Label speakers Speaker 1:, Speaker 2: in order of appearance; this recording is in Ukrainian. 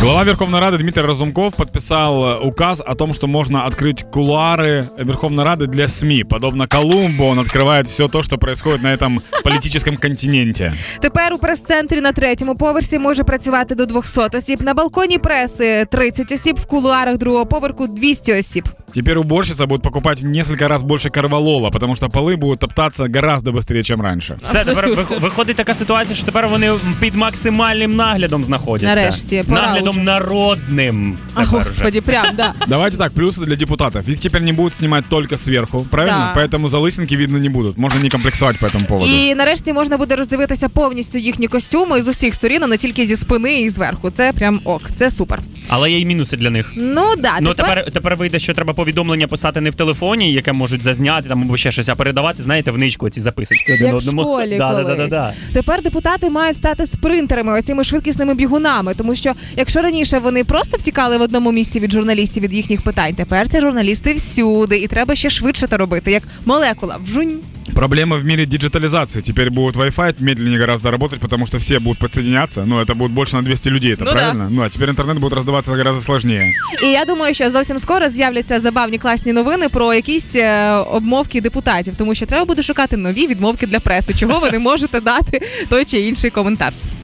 Speaker 1: Глава Верховной Рады Дмитрий Разумков подписал э, указ о том, что можно открыть кулуары Верховной Рады для СМИ. Подобно Колумбу, он открывает все то, что происходит на этом политическом континенте.
Speaker 2: Тепер у прес-центрі на третьому поверсі може працювати до 200 осіб. На балконі преси 30 осіб, в кулуарах другого поверху 200 осіб.
Speaker 1: Теперь уборщица будет покупать в несколько раз больше корвалола, потому что полы будут топтаться гораздо быстрее, чем раньше.
Speaker 3: Все тепер вих- виходить така ситуація, що тепер вони під максимальним наглядом знаходяться.
Speaker 2: Нарешті, пора
Speaker 3: наглядом
Speaker 2: уже.
Speaker 3: народним.
Speaker 2: А,
Speaker 3: тепер вже.
Speaker 2: господи, прям, да.
Speaker 1: Давайте так, плюсы для депутатов. Их теперь не будут снимать только сверху, правильно?
Speaker 2: Да.
Speaker 1: Поэтому залысинки видно не будут. Можно не комплексовать по этому поводу.
Speaker 2: І нарешті можна буде роздивитися повністю їхні костюми з усіх сторін, а не тільки зі спини і зверху. Це прям ок, це супер.
Speaker 3: Але є й мінуси для них.
Speaker 2: Ну да,
Speaker 3: ну тепер тепер вийде, що треба повідомлення писати не в телефоні, яке можуть зазняти там або ще щось, а передавати, знаєте, в ничку ці записочки один
Speaker 2: Як в
Speaker 3: одному.
Speaker 2: школі
Speaker 3: да, да,
Speaker 2: колись.
Speaker 3: да, да, да.
Speaker 2: Тепер депутати мають стати спринтерами, оціми швидкісними бігунами. Тому що якщо раніше вони просто втікали в одному місці від журналістів від їхніх питань, тепер це журналісти всюди, і треба ще швидше це робити, як молекула. Вжунь.
Speaker 1: Проблема в мире диджитализации. Теперь будет Wi-Fi медленнее гораздо работать, потому что все будут подсоединяться. Ну, это будет больше на 200 людей, это
Speaker 2: Ну да.
Speaker 1: правильно? Ну, а теперь интернет будет раздаваться гораздо сложнее.
Speaker 2: І я думаю, що зовсім скоро з'являться забавні класні новини про якісь е, обмовки депутатів, тому що треба буде шукати нові відмовки для преси, чого ви не можете дати той чи інший коментар.